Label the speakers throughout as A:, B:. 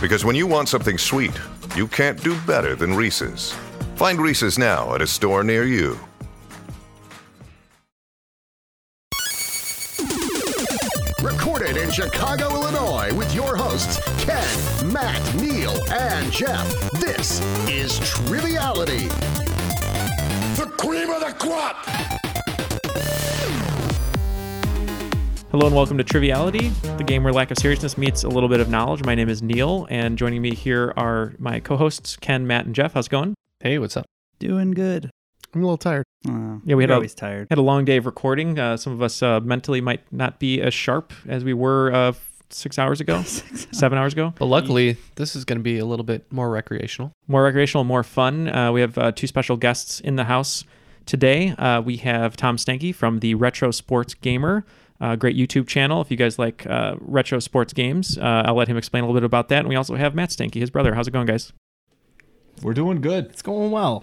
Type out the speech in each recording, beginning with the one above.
A: Because when you want something sweet, you can't do better than Reese's. Find Reese's now at a store near you.
B: Recorded in Chicago, Illinois, with your hosts, Ken, Matt, Neil, and Jeff. This is Triviality. The cream of the crop!
C: Hello and welcome to Triviality, the game where lack of seriousness meets a little bit of knowledge. My name is Neil, and joining me here are my co-hosts Ken, Matt, and Jeff. How's it going?
D: Hey, what's up?
E: Doing good.
D: I'm a little
F: Uh,
D: tired.
E: Oh,
C: Yeah, we had a-
E: you're always tired.
C: Had a long day of recording. Uh, some of us uh, mentally might not be as sharp as we were uh, f- six hours ago, seven hours ago.
D: But luckily, this is going to be a little bit more recreational.
C: More recreational, more fun. Uh, we have uh, two special guests in the house today. Uh, we have Tom Stanky from the Retro Sports Gamer. Uh, great YouTube channel. If you guys like uh, retro sports games, uh, I'll let him explain a little bit about that. And we also have Matt Stanky, his brother. How's it going, guys?
G: We're doing good.
E: It's going well.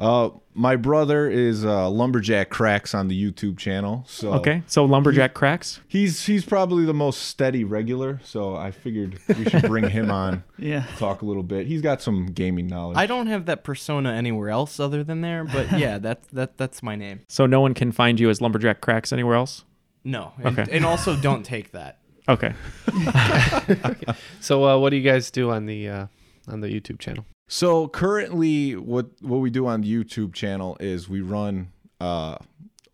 G: Uh, my brother is uh, lumberjack cracks on the YouTube channel, so
C: Okay, so lumberjack cracks.
G: he's he's probably the most steady regular. So I figured we should bring him on,
E: Yeah.
G: talk a little bit. He's got some gaming knowledge.
F: I don't have that persona anywhere else other than there, but yeah, that's that that's my name.
C: So no one can find you as lumberjack cracks anywhere else.
F: No, and,
C: Okay.
F: and also don't take that.
C: Okay.
D: So, uh, what do you guys do on the uh, on the YouTube channel?
G: So currently, what what we do on the YouTube channel is we run uh,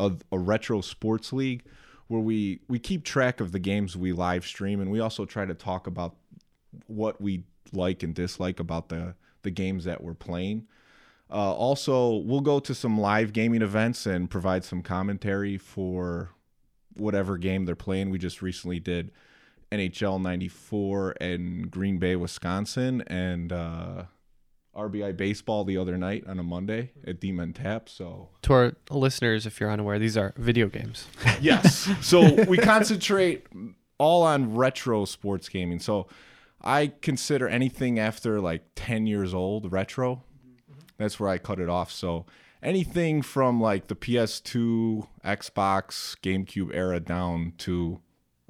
G: a, a retro sports league where we we keep track of the games we live stream, and we also try to talk about what we like and dislike about the the games that we're playing. Uh, also, we'll go to some live gaming events and provide some commentary for whatever game they're playing. We just recently did NHL '94 in Green Bay, Wisconsin, and uh, RBI baseball the other night on a Monday at Demon Tap. So
D: To our listeners, if you're unaware, these are video games.
G: yes, so we concentrate all on retro sports gaming. So I consider anything after like ten years old retro. That's where I cut it off. So anything from like the PS2, Xbox, GameCube era down to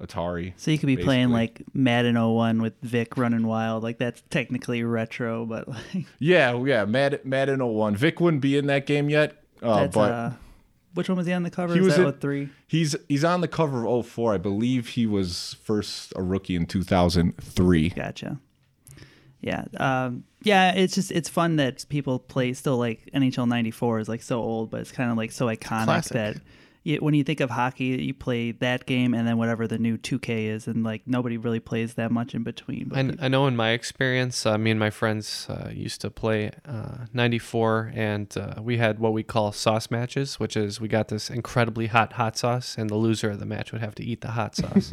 G: Atari.
E: So you could be playing like
G: Basically.
E: Madden 01 with Vic running wild. Like that's technically retro, but like
G: Yeah, yeah, Mad Madden 01. Vic wouldn't be in that game yet, uh,
E: that's
G: but.
E: uh which one was he on the cover?
G: He
E: Is
G: was
E: that
G: in-
E: what three?
G: He's he's on the cover of 04. I believe he was first a rookie in 2003.
E: Gotcha. Yeah. Um yeah, it's just it's fun that people play still like NHL ninety four is like so old, but it's kinda like so iconic
D: classic.
E: that you, when you think of hockey, you play that game and then whatever the new 2K is, and like nobody really plays that much in between. But
D: I, I know in my experience, uh, me and my friends uh, used to play uh, 94, and uh, we had what we call sauce matches, which is we got this incredibly hot hot sauce, and the loser of the match would have to eat the hot sauce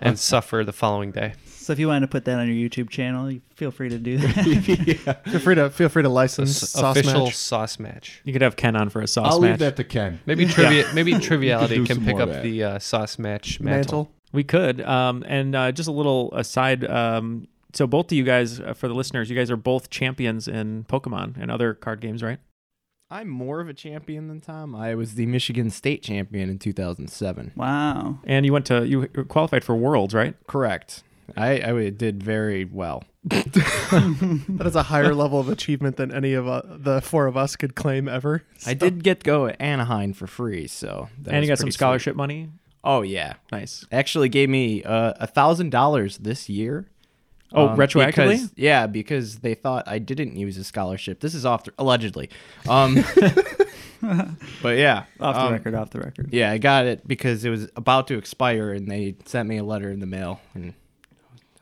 D: and suffer the following day.
E: so if you wanted to put that on your YouTube channel, you feel free to do that.
H: Feel free to feel free to
D: The
H: license
D: s-
H: sauce
D: official
H: match.
D: sauce match.
C: You could have Ken on for a sauce
G: I'll
C: match.
G: leave that to Ken.
D: Maybe trivia. Maybe triviality
G: do
D: can
G: some
D: pick
G: more of
D: up
G: that.
D: the uh, sauce match mantle.
H: mantle.
C: we could. Um, and uh, just a little aside. Um, so both of you guys, uh, for the listeners, you guys are both champions in Pokemon and other card games, right?
F: I'm more of a champion than Tom. I was the Michigan State champion in 2007.
E: wow.
C: And you went to you qualified for Worlds, right?
F: Correct. I, I did very well.
H: That is a higher level of achievement than any of uh, the four of us could claim ever.
F: I did get to go at Anaheim for free, so that
C: and
F: was
C: you got some
F: pretty sweet.
C: scholarship money.
F: Oh yeah,
C: Nice.
F: uh, actually gave me a thousand dollars this year Um,
C: Oh, retroactively?
F: because- yeah, because they thought I didn't use a scholarship. This is off the, allegedly. Um, but yeah,
E: Off the
F: um,
E: record, off the record.
F: Yeah, I got it because it was about to expire, and they sent me a letter in the mail. And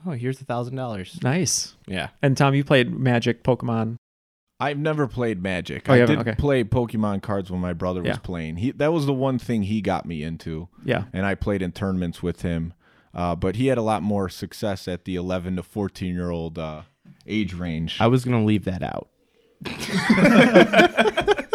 F: oh, here's a thousand dollars.
C: Nice.
F: Yeah.
C: And Tom, you played Magic Pokemon.
G: I've never played Magic.
C: Oh, you
G: I
C: haven't?
G: did
C: Okay.
G: play Pokemon cards when my brother
C: Yeah.
G: was playing. He that was the one thing he got me into.
C: Yeah.
G: and I played in tournaments with him. Uh, but he had a lot more success at the 11 to 14 year old uh, age range.
F: I was gonna leave that out.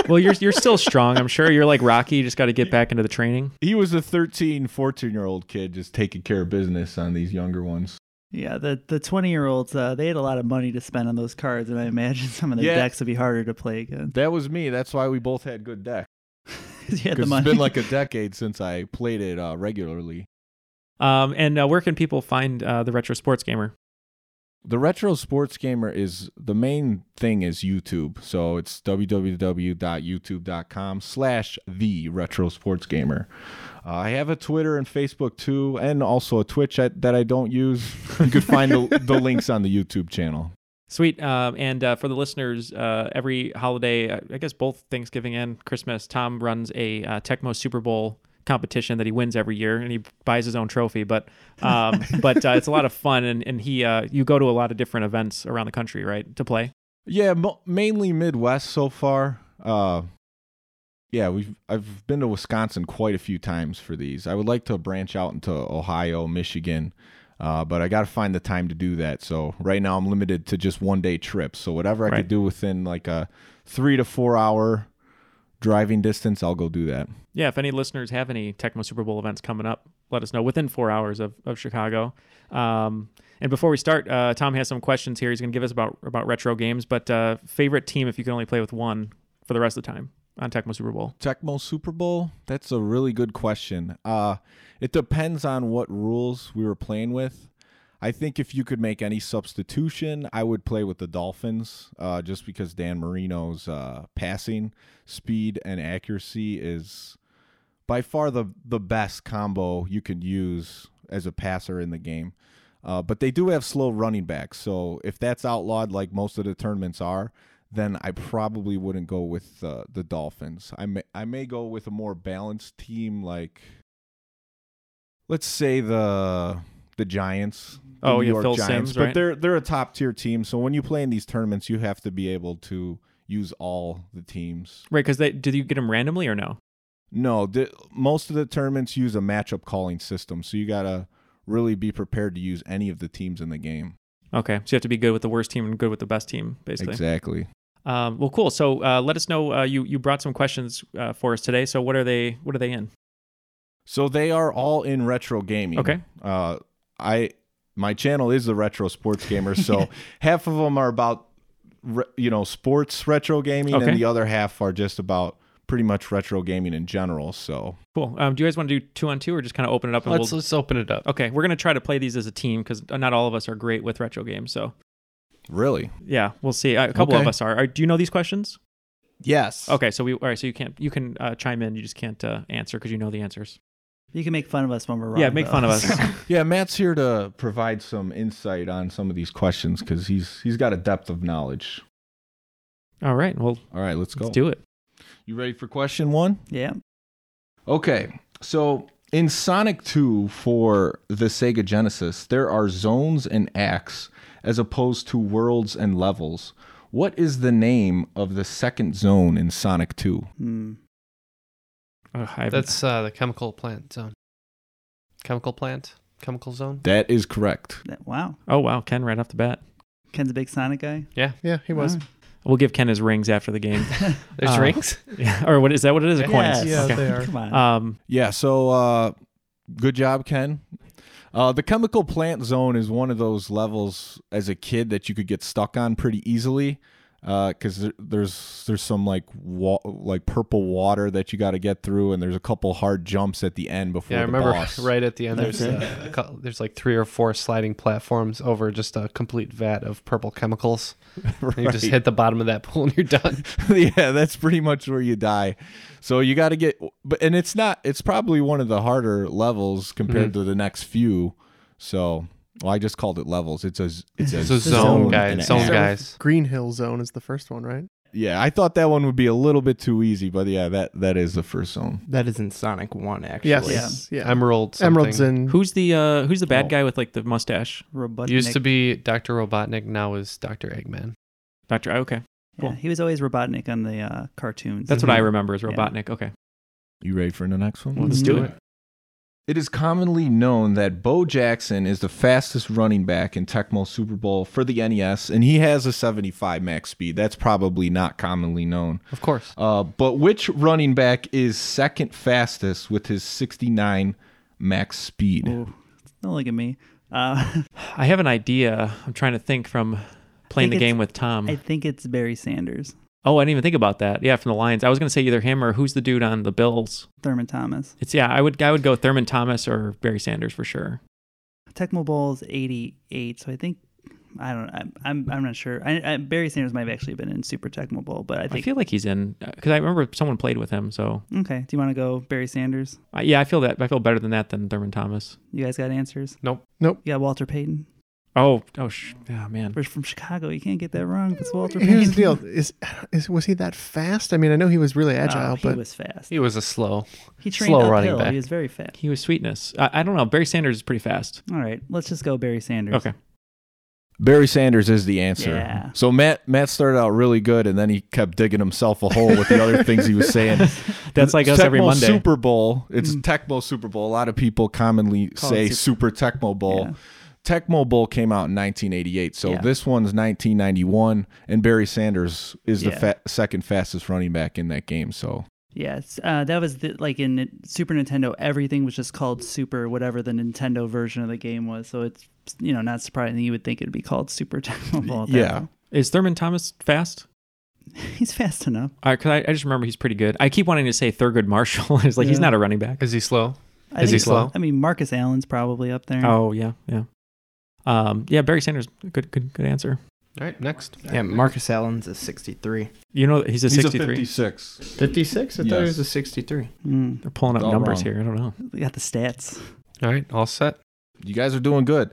C: Well, you're you're still strong. I'm sure you're like Rocky. You just got to get back into the training.
G: He was a 13, 14 year old kid just taking care of business on these younger ones.
E: Yeah, the the twenty year olds uh, they had a lot of money to spend on those cards, and I imagine some of their
G: Yeah.
E: decks would be harder to play against.
G: That was me. That's why we both had good decks.
E: 'Cause you had the
G: Because it's
E: money.
G: been like a decade since I played it uh, regularly.
C: Um, and uh, where can people find uh, the Retro Sports Gamer?
G: The retro sports gamer is the main thing is YouTube. So it's www.youtube.com slash the retro sports gamer. Uh, I have a Twitter and Facebook too, and also a Twitch I, that I don't use. You could find the, the links on the YouTube channel.
C: Sweet. Um, and uh, for the listeners, uh, every holiday, uh, I I guess both Thanksgiving and Christmas, Tom runs a uh, Tecmo Super Bowl competition that he wins every year, and he buys his own trophy. But um, but uh, it's a lot of fun, and and he uh, you go to a lot of different events around the country, right, to play.
G: Yeah, mo- mainly Midwest so far. Uh, yeah, we've I've been to Wisconsin quite a few times for these. I would like to branch out into Ohio, Michigan, uh, but I got to find the time to do that. So right now I'm limited to just one day trips. So whatever I
C: Right.
G: could do within like a three to four hour driving distance, I'll go do that.
C: Yeah, if any listeners have any Tecmo Super Bowl events coming up, let us know within four hours of, of Chicago. Um, and before we start, uh, Tom has some questions here. He's going to give us about about retro games, but uh, favorite team if you can only play with one for the rest of the time on Tecmo Super Bowl.
G: Tecmo Super Bowl? That's a really good question. Uh, it depends on what rules we were playing with. I think if you could make any substitution, I would play with the Dolphins uh, just because Dan Marino's uh, passing speed and accuracy is by far the, the best combo you could use as a passer in the game. Uh, but they do have slow running backs. So if that's outlawed, like most of the tournaments are, then I probably wouldn't go with uh, the Dolphins. I may, I may go with a more balanced team, like let's say the the Giants. the
C: Oh,
G: New
C: yeah,
G: York
C: Phil
G: Giants,
C: Simms,
G: but
C: right?
G: they're they're a top tier team. So when you play in these tournaments, you have to be able to use all the teams.
C: Right, because did you get them randomly or no?
G: No, the, most of the tournaments use a matchup calling system, so you gotta really be prepared to use any of the teams in the game.
C: Okay, so you have to be good with the worst team and good with the best team, basically.
G: Exactly.
C: Um, well, cool. So uh, let us know. Uh, you you brought some questions uh, for us today. So what are they? What are they in?
G: So they are all in retro gaming.
C: Okay.
G: Uh, I my channel is the retro sports gamer, so half of them are about re- you know sports retro gaming,
C: Okay.
G: and the other half are just about pretty much retro gaming in general. So
C: Cool. Um, do you guys want to do two on two or just kind of open it up? And
D: Let's
C: we'll...
D: let's open it up.
C: Okay, we're gonna try to play these as a team because not all of us are great with retro games. So
G: really,
C: yeah, we'll see. Uh, A couple of
G: Okay.
C: us are. are. Do you know these questions?
F: Yes.
C: Okay, so we all right. So you can't you can uh, chime in. You just can't uh, answer because you know the answers.
E: you can make fun of us when we're wrong.
C: yeah, make
E: though.
C: fun of us.
G: yeah, Matt's here to provide some insight on some of these questions because he's he's got a depth of knowledge.
C: all right. Well,
G: All right, let's go.
C: let's do it.
G: You ready for question one?
E: yeah,
G: Okay, so in Sonic 2 for the Sega Genesis, there are zones and acts as opposed to worlds and levels. What is the name of the second zone in Sonic 2?
E: Hmm.
C: Ugh, I haven't-
D: That's uh, the chemical plant zone. Chemical plant, chemical zone.
G: That is correct.
E: That- wow.
C: oh wow, Ken right off the bat.
E: Ken's a big Sonic guy.
D: Yeah,
H: Yeah, he was.
E: Alright.
C: We'll give Ken his rings after the game.
D: there's
C: Uh,
D: rings.
C: yeah, or what is that? What it is? A coin.
E: Yes.
H: Yeah, they are.
E: Come on.
C: Um,
G: Yeah, so uh, good job, Ken. Uh, the chemical plant zone is one of those levels as a kid that you could get stuck on pretty easily because there, there's there's some like wa- like purple water that you got to get through, and there's a couple hard jumps at the end before
D: Yeah, I
G: the
D: remember
G: boss.
D: right at the end.
E: That's
D: There's uh, a cou- there's like three or four sliding platforms over just a complete vat of purple chemicals. And You just
G: Right.
D: hit the bottom of that pool and you're done.
G: yeah, that's pretty much where you die. So you got to get, but and
D: Mm-hmm.
G: it's not, it's probably one of the harder levels compared to the next few. So Well, I just called it levels. It's a z- it's a,
D: It's a zone, guys.
G: and a
D: Zone,
G: half.
D: guys.
H: Green Hill Zone is the first one, right?
G: Yeah, I thought that one would be a little bit too easy, but yeah, that that is the first zone.
F: That is in Sonic One, actually.
H: Yes.
D: Yeah.
H: Yeah.
D: Emerald. Something.
H: Emerald's in.
C: Who's the uh, who's the bad guy with like the mustache?
E: Robotnik.
D: Used to be Dr. Robotnik, now is Dr. Eggman.
C: Doctor. oh, Okay,
E: Yeah, he was always Robotnik on the uh, cartoons.
C: that's what I remember is
E: Yeah.
C: Robotnik. Okay,
G: You ready for the next one?
C: let's do it.
G: It is commonly known that Bo Jackson is the fastest running back in Tecmo Super Bowl for the NES, and he has a 75 max speed. That's probably not commonly known.
D: Of course.
G: Uh, but which running back is second fastest with his 69 max speed?
E: Ooh, don't look at me. Uh,
C: I have an idea. I'm trying to think from playing the
E: think it's-
C: game with Tom.
E: I think it's Barry Sanders,
C: oh, I didn't even think about that. Yeah, from the Lions. I was gonna say either him or who's the dude on the Bills.
E: Thurman Thomas.
C: It's yeah. I would I would go Thurman Thomas or Barry Sanders for sure.
E: Tecmo Bowl's '88, so I think I don't. I'm I'm, I'm not sure. I, I, Barry Sanders might have actually been in Super Tecmo Bowl, but I
C: I
E: think.
C: feel like he's in because I remember someone played with him. So
E: okay, do you want to go Barry Sanders?
C: I, yeah, I feel that I feel better than that than Thurman Thomas.
E: You guys got answers?
D: Nope.
E: You got Walter Payton.
C: Oh oh sh- oh man.
E: We're from Chicago. You can't get that wrong. It's Walter Oh, Payton.
H: Here's the deal: is, is was he that fast? I mean, I know he was really
E: No,
H: agile,
E: he
H: but
E: was fast.
D: He was a slow.
E: He trained
D: slow
E: uphill.
D: running back.
E: He was very fast.
C: He was sweetness. I, I don't know. Barry Sanders is pretty fast.
E: All right, let's just go Barry Sanders.
C: Okay.
G: Barry Sanders is the answer.
E: Yeah.
G: So Matt Matt started out really good, and then he kept digging himself a hole with the other things he was saying.
C: That's like us
G: Tecmo
C: every Monday.
G: Super Bowl. It's Tecmo Super Bowl. A lot of people commonly say Super, Tecmo Bowl.
E: Yeah.
G: Tecmo Bowl came out in 1988, so
E: Yeah.
G: this one's 1991, and Barry Sanders is the
E: Yeah.
G: fa- second fastest running back in that game. So
E: Yes, uh, that was the, like in Ni- Super Nintendo. Everything was just called Super, whatever the Nintendo version of the game was. So it's you know not surprising you would think it'd be called Super Tecmo Bowl. at that
G: Yeah.
E: point.
C: Is Thurman Thomas fast?
E: he's fast enough.
C: Uh, 'cause I, I just remember he's pretty good. I keep wanting to say Thurgood Marshall. it's like he's
E: Yeah.
C: not a running back.
D: Is he slow?
E: I
D: Is he
E: think-
D: slow?
E: I mean, Marcus Allen's probably up there.
C: Oh yeah, yeah. Um, yeah, Barry Sanders. Good, good, good answer.
D: All right, next.
F: Yeah, Marcus Allen's a 63.
C: You know he's a
G: he's a
C: 63.
G: 56.
F: 56? I thought
G: Yes.
F: he was a 63.
E: Mm,
C: They're pulling up
G: All
C: numbers
G: wrong.
C: here. I don't know.
E: we got the stats.
D: All right, all set.
G: You guys are doing good.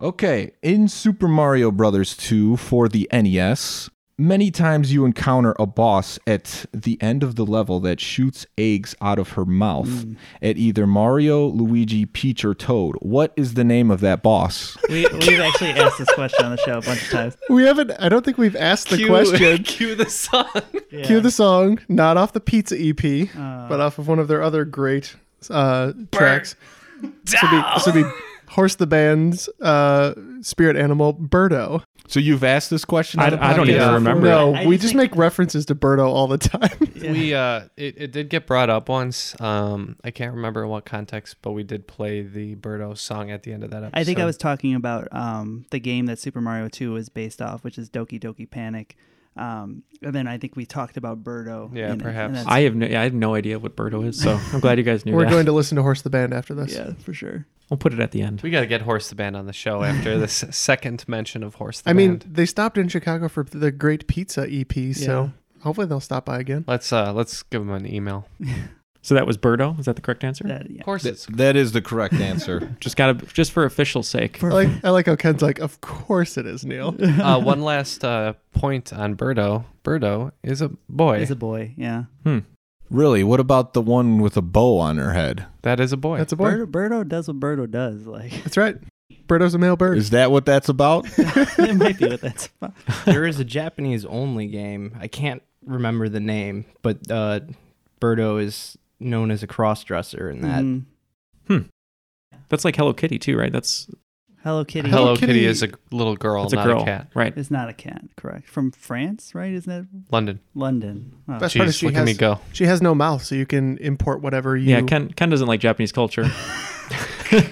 G: Okay, in Super Mario Brothers 2 for the NES, many times you encounter a boss at the end of the level that shoots eggs out of her mouth
C: Hmm.
G: at either Mario, Luigi, Peach, or Toad. What is the name of that boss?
E: We, we've actually asked this question on the show a bunch of times.
H: we haven't. I don't think we've asked the question.
D: Cue the song.
E: Yeah.
H: Cue the song, not off the Pizza EP,
E: Uh.
H: but off of one of their other great uh, tracks. This would be, this would be Horse the Band's uh, spirit animal, Birdo.
G: So you've asked this question?
C: I,
G: on the
C: I don't
G: podcast?
C: even remember. it.
H: No,
E: I
H: we
E: just
H: just
E: think-
H: make references to Birdo all the time.
D: We uh, it, it did get brought up once. Um, I can't remember in what context, but we did play the Birdo song at the end of that episode.
E: I think I was talking about um, the game that Super Mario 2 is based off, which is Doki Doki Panic. Um, and then I think we talked about Birdo.
D: Yeah,
E: in it, and
D: perhaps.
E: that's-
C: I have no, yeah, I have no idea what Birdo is. So I'm glad you guys knew
H: We're
C: that.
H: going to listen to Horse the Band after this.
E: yeah, for sure.
C: we'll put it at the end.
D: We got to get Horse the Band on the show after this second mention of Horse the
H: I mean,
D: Band.
H: they stopped in Chicago for the Great Pizza EP, so hopefully they'll stop by again.
D: let's uh, let's give them an email.
C: So that was Birdo. Is that the correct answer?
E: That, yeah.
D: Of course,
G: Th-
D: it's
G: that is the correct answer.
C: Just gotta just for official sake.
H: I like, I like how Ken's like, of course it is, Neil.
D: uh, one last uh, point on Birdo. Birdo is a boy.
E: As a boy, yeah.
G: really, what about the one with a bow on her head?
D: that is a boy.
H: That's a boy.
E: Birdo, Birdo does what Birdo does. Like
H: That's right. Birdo's a male bird.
G: Is that what that's about?
E: that might be what that's about.
F: there is a Japanese only game. I can't remember the name, but uh, Birdo is known as a crossdresser in that.
E: Mm.
C: That's like Hello Kitty too, right? That's
E: Hello Kitty.
D: Hello,
H: Hello
D: Kitty.
H: Kitty.
D: is a little girl,
C: that's
D: not
C: a girl,
D: cat.
C: right?
E: It's not a cat, correct? From France, right? Isn't it
D: London.
E: London? Oh.
H: Best part is
D: Jeez,
H: she
D: look at
H: has,
D: me go.
H: she has no mouth, so you can import whatever you.
C: Yeah, Ken Ken doesn't like Japanese culture.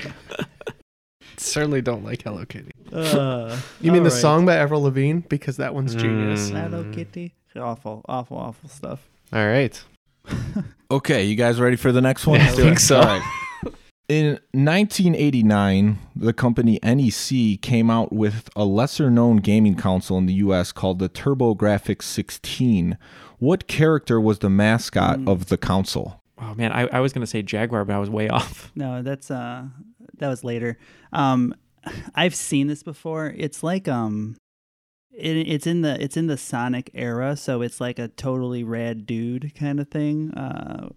D: Certainly don't like Hello Kitty.
E: Uh,
H: you mean the
E: all right.
H: song by Avril Lavigne? Because that one's
F: Hmm.
H: genius.
E: Hello Kitty. Awful, awful, awful stuff.
D: Mm. All right.
G: Okay, you guys ready for the next one?
D: Yeah, I
G: Let's do
D: think
G: it.
D: so.
G: All right. In 1989, the company NEC came out with a lesser known gaming console in the US called the TurboGrafx 16. What character was the mascot
E: Mm.
G: of the console?
C: Oh man, I, I was gonna say Jaguar, but I was way off.
E: No, that's uh, that was later. Um, I've seen this before. It's like um, it, it's in the it's in the Sonic era, so it's like a totally rad dude kind of thing. Uh,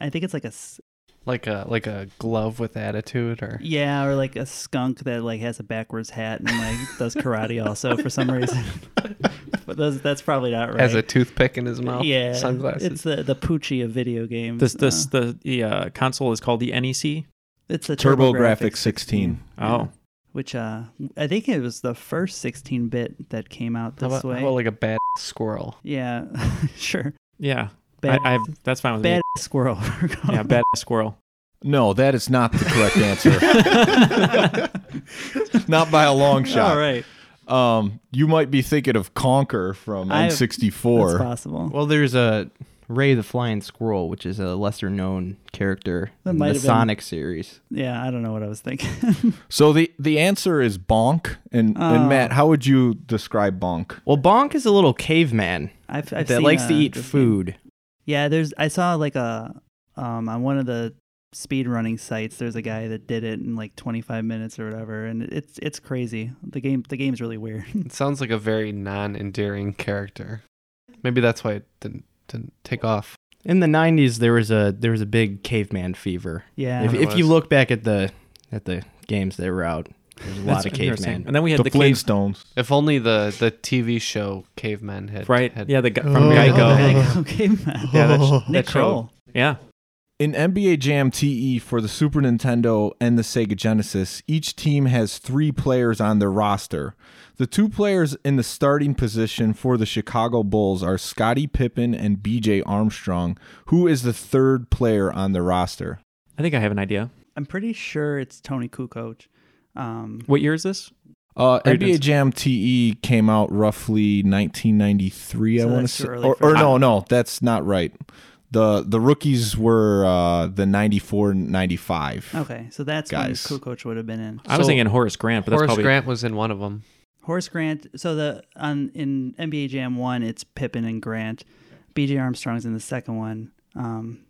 E: I think it's like a s-
D: Like a like a glove with attitude, or
E: yeah, or like a skunk that like has a backwards hat and like does karate also for some reason. but those, that's probably not right.
D: has a toothpick in his mouth.
E: yeah,
D: sunglasses.
E: It's the the Poochie of video games.
C: This this the the uh, console is called the NEC.
E: it's the
G: TurboGrafx
E: TurboGrafx
G: 16.
C: Oh,
E: which uh I think it was the first 16 bit that came out
D: how
E: this
D: about, how
E: way.
D: about like a bad squirrel?
E: yeah, sure.
C: yeah.
E: Bad,
C: I, I have, that's fine with
E: bad squirrel.
C: me. Yeah, bad squirrel.
G: No, that is not the correct answer. not by a long shot.
E: All right,
G: Um, you might be thinking of Conquer from
E: I- it's
G: N64.
E: possible.
F: Well, there's a Ray the Flying Squirrel, which is a lesser known character
E: That
F: in
E: might
F: the
E: have been-
F: Sonic series.
E: Yeah, I don't know what I was thinking.
G: So the the answer is Bonk. And
E: Oh.
G: and Matt, how would you describe Bonk?
F: Well, Bonk is a little caveman
E: I've, I've
F: that
E: seen,
F: likes to
E: uh,
F: eat
E: this
F: food.
E: Yeah, there's I saw like a um on one of the speed running sites there's a guy that did it in like 25 minutes or whatever and it's it's crazy. The game the game's really weird.
D: It sounds like a very non-endearing character. Maybe that's why it didn't didn't take off.
F: In the '90s, there was a there was a big caveman fever.
E: Yeah.
F: if,
D: There
F: if you
D: was.
F: look back at the at the games that were out, there's a lot
C: That's
F: of
C: interesting.
F: caveman.
C: And then we had
G: The,
C: the, cave,
G: Flintstones.
D: If only the the TV show Cavemen had
C: right?
D: Had,
C: Yeah, the gu- from
H: Oh.
C: Geico.
H: Oh.
E: okay, man.
C: Yeah, that, sh-
E: Nick
C: that showed.
E: Kroll.
C: Yeah,
G: In NBA Jam TE for the Super Nintendo and the Sega Genesis, each team has three players on their roster. The two players in the starting position for the Chicago Bulls are Scottie Pippen and BJ Armstrong, who is the third player on the roster.
C: I think I have an idea.
E: I'm pretty sure it's Tony Kukoc. Um
C: What year is this?
G: Uh,
C: Great
G: NBA
C: answer.
G: Jam TE came out roughly 1993, I
E: So
G: want to
E: that's too
G: say.
E: early
G: Or,
E: for
G: or
E: that.
G: no, no, that's not right. The the rookies were uh, the 94 95.
E: okay, so that's
G: Guys.
E: when Kukoc would have been in.
C: I was
D: So-
C: thinking Horace Grant, but that's
D: Horace
C: probably
D: Grant was in one of them.
E: Horace Grant. So the on in NBA Jam one, it's Pippen and Grant. B.J. Armstrong's in the second one. Um,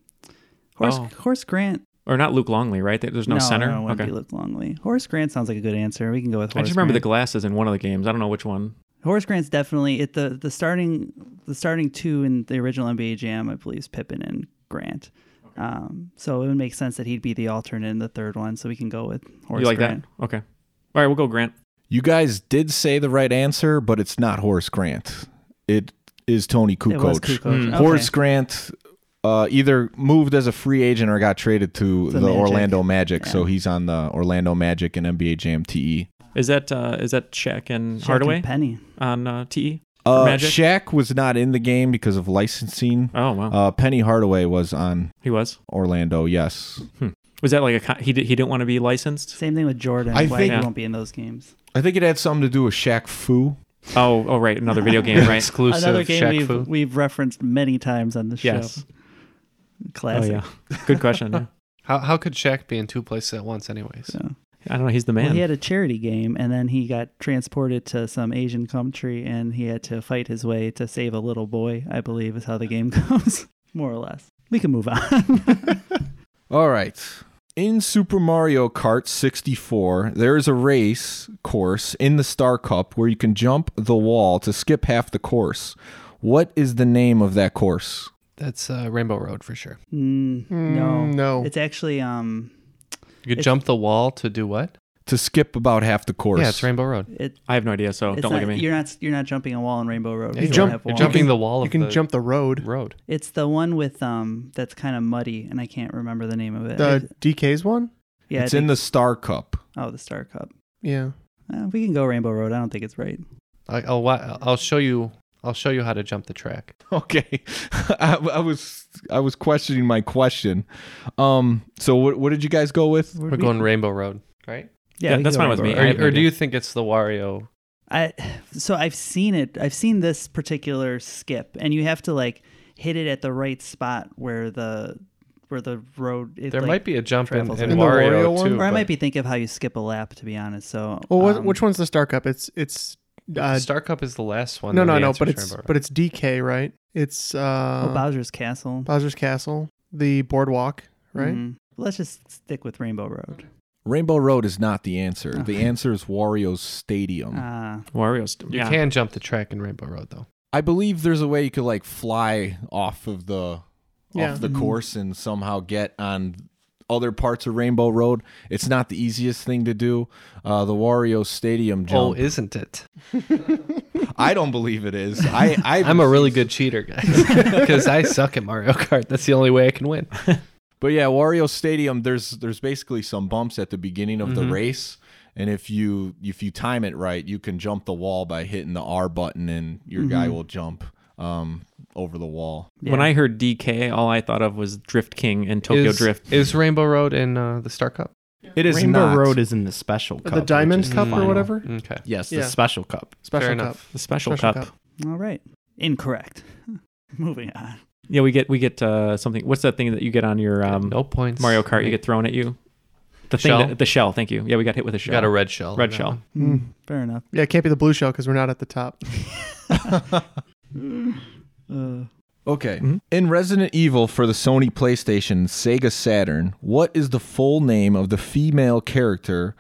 E: Horace
C: Oh.
E: Horace Grant.
C: or not Luke Longley, right? There- There's no, center.
E: No, it wouldn't be Luke Longley. Horace Grant sounds like a good answer. We can go with.
C: I
E: Horace
C: just remember the
E: Grant.
C: glasses in one of the games. I don't know which one.
E: Horace Grant's definitely it. The the starting the starting two in the original NBA Jam, I believe, is Pippen and Grant. Um, so it would make sense that he'd be the alternate in the third one. So we can go with Horace
C: you like
E: Grant.
C: that? Okay. All right, we'll go Grant.
G: You guys did say the right answer, but it's not Horace Grant. It is Tony Kukoc.
E: It was Kukoc.
C: Mm.
E: Okay.
G: Horace Grant uh, either moved as a free agent or got traded to
E: The
G: the
E: Magic.
G: Orlando Magic, so
E: Yeah.
G: he's on the Orlando Magic and NBA Jam TE.
C: Is that uh, is that Shaq and
E: Shaq and
C: Hardaway
E: Penny.
C: on uh, TE?
G: Uh,
C: Magic?
G: Shaq was not in the game because of licensing.
C: Oh wow,
G: Uh, Penny Hardaway was on
C: he was.
G: Orlando. Yes,
C: Was that like a con- he di- he didn't want to be licensed?
E: Same thing with Jordan.
G: I
E: Why
G: think-
E: he won't be in those games.
G: I think it had something to do with Shaq Fu.
C: Oh oh right, another video game right?
D: Exclusive
E: Another game
D: Shaq
E: we've,
D: Fu.
E: we've referenced many times on the show.
C: Yes. Oh
E: Classic.
C: yeah, good question. Yeah.
D: How how could Shaq be in two places at once, anyways?
E: So-
C: I don't know. He's the
E: Well,
C: man.
E: he had a charity game, and then he got transported to some Asian country, and he had to fight his way to save a little boy. I believe is how the game goes, more or less. We can move on.
G: All right. In Super Mario Kart 64, there is a race course in the Star Cup where you can jump the wall to skip half the course. What is the name of that course?
D: That's uh, Rainbow Road for sure.
E: Mm, no,
H: Mm, no.
E: It's actually um,
D: You could
E: It's-
D: jump the wall to do what?
G: To skip about half the course.
D: Yeah, it's Rainbow Road.
E: it.
C: I have no idea, so
E: it's
C: Oh, don't
E: not,
C: look at me.
E: You're not you're not jumping a wall in Rainbow Road.
D: Yeah,
E: We
D: you
E: don't
D: jump-
E: have
D: you're
E: walls.
D: jumping the wall
H: You
D: of
H: can
D: the
H: jump the road.
D: road.
E: It's the one with um that's kind of muddy, and I can't remember the name of it.
H: The
E: It-
H: DK's one?
E: yeah,
G: It's
E: I
G: in
E: think-
G: the Star Cup.
E: oh the Star Cup.
H: Yeah.
E: Uh, we can go Rainbow Road. I don't think it's right.
D: I, I'll wa- I'll show you. I'll show you how to jump the track.
G: Okay. I, I was I was questioning my question. Um so what what did you guys go with?
D: We're going Rainbow Road, right?
C: Yeah,
E: we
C: that's
E: can go
C: fine with me.
E: Rainbow Road.
C: I
D: Or,
C: have no
D: or do
C: idea.
D: you think it's the Wario?
E: I so I've seen it. I've seen this particular skip, and you have to like hit it at the right spot where the where the road. It,
D: There
E: like-
D: might be a jump in, in,
E: travels
D: Wario,
H: the
E: in
H: Wario one?
D: too.
E: Or I
D: but-
E: might be thinking of how you skip a lap, to be honest. So,
H: Well, what,
E: um,
H: which one's the Star Cup? It's it's uh,
D: Star Cup is the last one.
H: no
D: and
H: no
D: the
H: no,
D: answer's
H: but it's
D: Rainbow Road.
H: but it's DK right? It's uh,
E: Oh, Bowser's Castle,
H: Bowser's Castle, the boardwalk, right?
E: Mm-hmm. Mhm. Let's just stick with Rainbow Road.
G: Rainbow Road is not the answer. The answer is Wario's
H: Oh.
G: Stadium.
E: Uh,
C: Wario's.
D: You
C: yeah.
D: can jump the track in Rainbow Road though.
G: I believe there's a way you could like fly off of the
H: Yeah.
G: off the
D: Mm-hmm.
G: course and somehow get on other parts of Rainbow Road. It's not the easiest thing to do. Uh, the Wario Stadium
D: Oh,
G: jump.
D: isn't it?
G: I don't believe it is. I, I
D: I'm a really good cheater, guys, because I suck at Mario Kart. That's the only way I can win.
G: But yeah, Wario Stadium. There's there's basically some bumps at the beginning of the
D: Mm-hmm.
G: race, and if you if you time it right, you can jump the wall by hitting the R button, and your guy
D: Mm-hmm.
G: will jump um, over the wall.
C: When I heard DK, all I thought of was Drift King and Tokyo
D: is,
C: Drift.
D: is Rainbow Road in uh, the Star Cup?
F: It is
G: Rainbow
F: not.
G: Road
F: is in the special cup.
H: the
F: which is
H: Diamond
F: the
H: Cup or
F: final.
H: whatever.
D: Mm. Okay.
F: Yes,
H: Yeah.
F: the special cup.
H: Special
D: Fair
H: Cup.
D: enough.
C: The special,
H: Special
C: cup.
H: Cup.
E: all right. Incorrect. Moving on.
C: Yeah, we get we get uh, something. What's that thing that you get on your um,
D: no points.
C: Mario Kart? You get thrown at you. The thing,
D: Shell?
C: That, the shell. Thank you. Yeah, we got hit with a shell.
D: got a red shell.
C: Red
D: on that
C: shell.
D: one.
H: Hmm.
E: Hmm. Fair enough.
H: Yeah, it can't be the blue shell because we're not at the top.
E: Uh,
G: Okay. In Resident Evil for the Sony PlayStation, Sega Saturn, what is the full name of the female character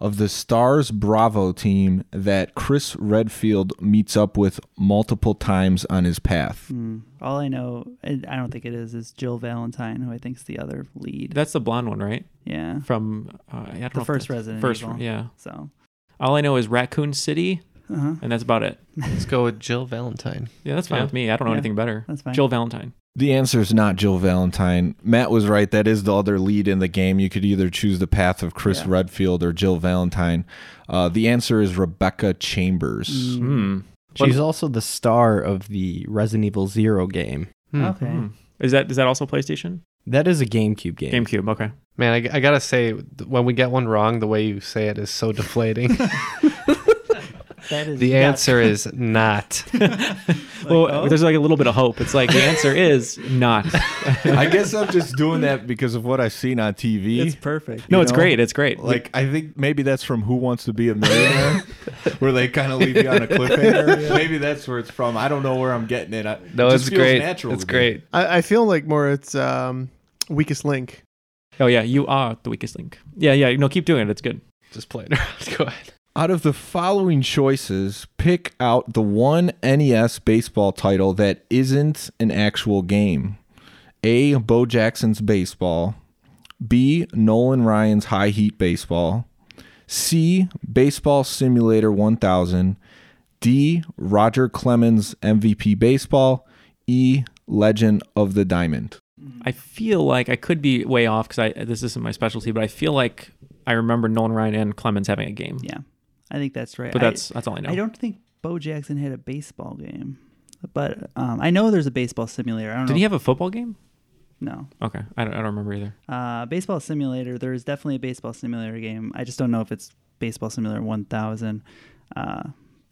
G: of the Stars Bravo team that Chris Redfield meets up with multiple times on his path?
E: hmm. all I know, and I don't think it is, is Jill Valentine, who I think is the other lead.
C: That's the blonde one, right?
E: yeah.
C: From uh, I don't know
E: The
C: if
E: first
C: that's-
E: Resident
C: first,
E: Evil.
C: yeah.
E: So,
C: All I know is Raccoon City,
E: uh-huh.
C: and that's about it.
D: Let's go with Jill Valentine.
C: Yeah, that's fine
D: Yeah.
C: with me. I don't know
E: Yeah,
C: anything better.
E: that's fine.
C: Jill Valentine.
G: The answer is not Jill Valentine. Matt was right. That is the other lead in the game. You could either choose the path of Chris
E: Yeah.
G: Redfield or Jill Valentine. Uh, the answer is Rebecca Chambers.
C: Hmm.
F: She's also the star of the Resident Evil Zero game.
D: Hmm.
E: okay.
C: Hmm. Is that is that also PlayStation?
F: That is a GameCube game.
C: GameCube. Okay.
D: Man, I, I gotta say, when we get one wrong, the way you say it is so deflating.
E: That is
D: the answer is not.
C: well,
E: oh.
C: there's like a little bit of hope. It's like the answer is not.
G: I guess I'm just doing that because of what I've seen on TV.
E: It's perfect.
C: No, it's
G: know?
C: great. It's great.
G: Like I think maybe that's from Who Wants to Be a Millionaire, where they kind of leave you on a cliffhanger. Maybe that's where it's from. I don't know where I'm getting it. I,
D: No,
G: it just
D: it's
G: feels
D: great.
G: Natural
D: It's
G: to me.
D: great.
H: I, I feel like more it's um, weakest link.
C: oh yeah, you are the weakest link. Yeah, yeah. No, keep doing it. It's good.
D: Just playing around. Go ahead.
G: Out of the following choices, pick out the one NES baseball title that isn't an actual game. A. Bo Jackson's Baseball. B. Nolan Ryan's High Heat Baseball. C. Baseball Simulator 1000. D. Roger Clemens MVP Baseball. E. Legend of the Diamond.
C: I feel like I could be way off because I this isn't my specialty, but I feel like I remember Nolan Ryan and Clemens having a game.
E: Yeah. I think that's right.
C: But
E: I-
C: that's that's all I know.
E: I don't think Bo Jackson had a baseball game, but um, I know there's a baseball simulator. I don't
C: Did
E: know.
C: he have a football game?
E: no
C: Okay, I don't, I don't remember either.
E: uh, baseball simulator? There is definitely a baseball simulator game. I just don't know if it's baseball simulator 1000. Uh,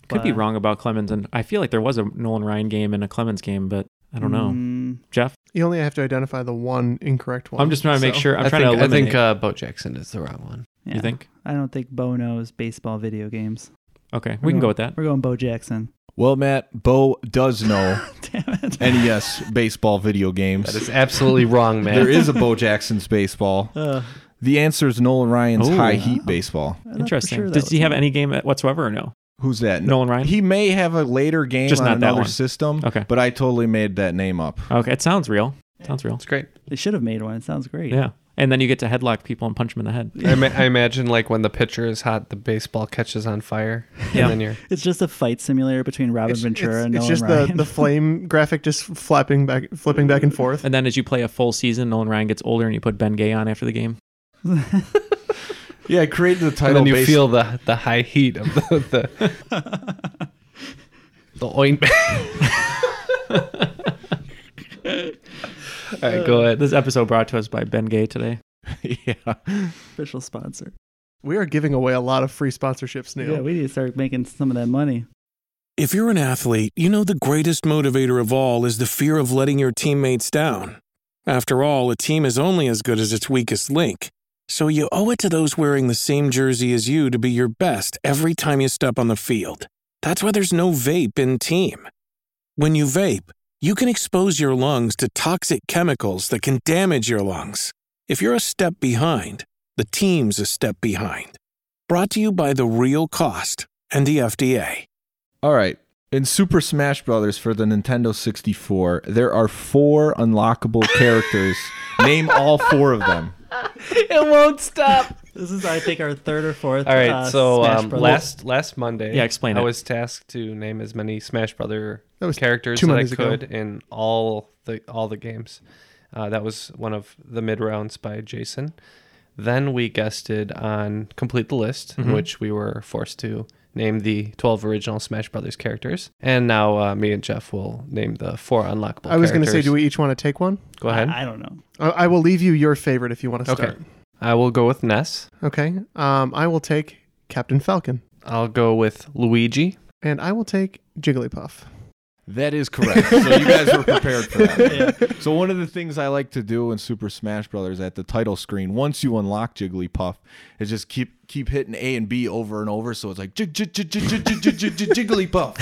C: Could be
E: but-
C: wrong about Clemens, and I feel like there was a Nolan Ryan game and a Clemens game, but I don't know.
E: Mm,
C: Jeff,
H: You only have to identify the one incorrect one.
C: I'm just trying to make
H: so-
C: sure. I'm
D: I
C: trying
D: think,
C: to
D: I
C: eliminate.
D: think uh, Bo Jackson is the wrong one.
E: yeah.
C: you think?
E: I don't think Bo knows baseball video games.
C: Okay, we can go with that.
E: We're going Bo Jackson.
G: Well, Matt, Bo does know
E: Damn it.
G: NES baseball video games.
D: That is absolutely wrong, man.
G: There is a Bo Jackson's baseball. the answer is Nolan Ryan's
C: Ooh.
G: high heat baseball.
E: I thought for
C: Interesting.
E: sure that
C: Does
E: was
C: he have
E: him.
C: any game whatsoever or no?
G: Who's that?
C: Nolan Ryan?
G: He may have a later game
C: Just
G: on
C: not that
G: another
C: one.
G: system.
C: Okay.
G: But I totally made that name up.
C: Okay, it sounds real. Sounds real.
D: It's great.
E: They should have made one. It sounds great.
C: Yeah, and then you get to headlock people and punch them in the head.
D: I, ma- I imagine like when the pitcher is hot, the baseball catches on fire,
C: Yeah.
D: and then you're
E: It's just a fight simulator between Robin
H: It's,
E: Ventura
H: it's-
E: and
H: it's
E: Nolan
H: just the,
E: Ryan.
H: the flame graphic just flapping back, flipping back and forth.
C: And then as you play a full season, Nolan Ryan gets older, and you put Ben Gay on after the game.
G: Yeah, I created the
D: and
G: title
D: then you
G: based-
D: feel the the high heat of the the, the ointment. All right, go ahead.
C: This episode brought to us by Ben Gay today.
G: yeah.
E: official sponsor.
H: We are giving away a lot of free sponsorships now.
E: Yeah, we need to start making some of that money.
I: If you're an athlete, you know the greatest motivator of all is the fear of letting your teammates down. After all, a team is only as good as its weakest link. So you owe it to those wearing the same jersey as you to be your best every time you step on the field. That's why there's no vape in team. When you vape, you can expose your lungs to toxic chemicals that can damage your lungs. If you're a step behind, The team's a step behind. Brought to you by The Real Cost and the FDA.
G: All right. In Super Smash Brothers for the Nintendo 64, there are four unlockable characters. Name all four of them.
E: it won't stop. This is, I think, our third or fourth.
D: All right,
E: uh,
D: so
E: Smash
D: um,
E: Brothers.
D: last last Monday,
C: Yeah, explain
D: I
C: it.
D: was tasked to name as many Smash Brother
H: That was
D: characters
H: two
D: that I
H: Mondays ago.
D: could in all the all the games. Uh, that was one of the mid rounds by Jason. Then we guested on complete the list, in
H: Mm-hmm.
C: Mhm.
D: which we were forced to name the twelve original Smash Brothers characters. And now uh, me and Jeff will name the four unlockable.
H: I was going to say,
D: characters.
H: do we each want to take one?
D: Go ahead.
E: I, I don't know.
H: I, I will leave you your favorite if you want to
D: okay,
H: start.
D: I will go with Ness.
H: Okay. Um, I will take Captain Falcon,
D: I'll go with Luigi.
H: and I will take Jigglypuff.
G: That is correct. So you guys were prepared for that. So one of the things I like to do in Super Smash Brothers at the title screen, once you unlock Jigglypuff, is just keep keep hitting A and B over and over. So it's like "Jig- jig- jig- jig- jig- jig- jig- jig- Jigglypuff.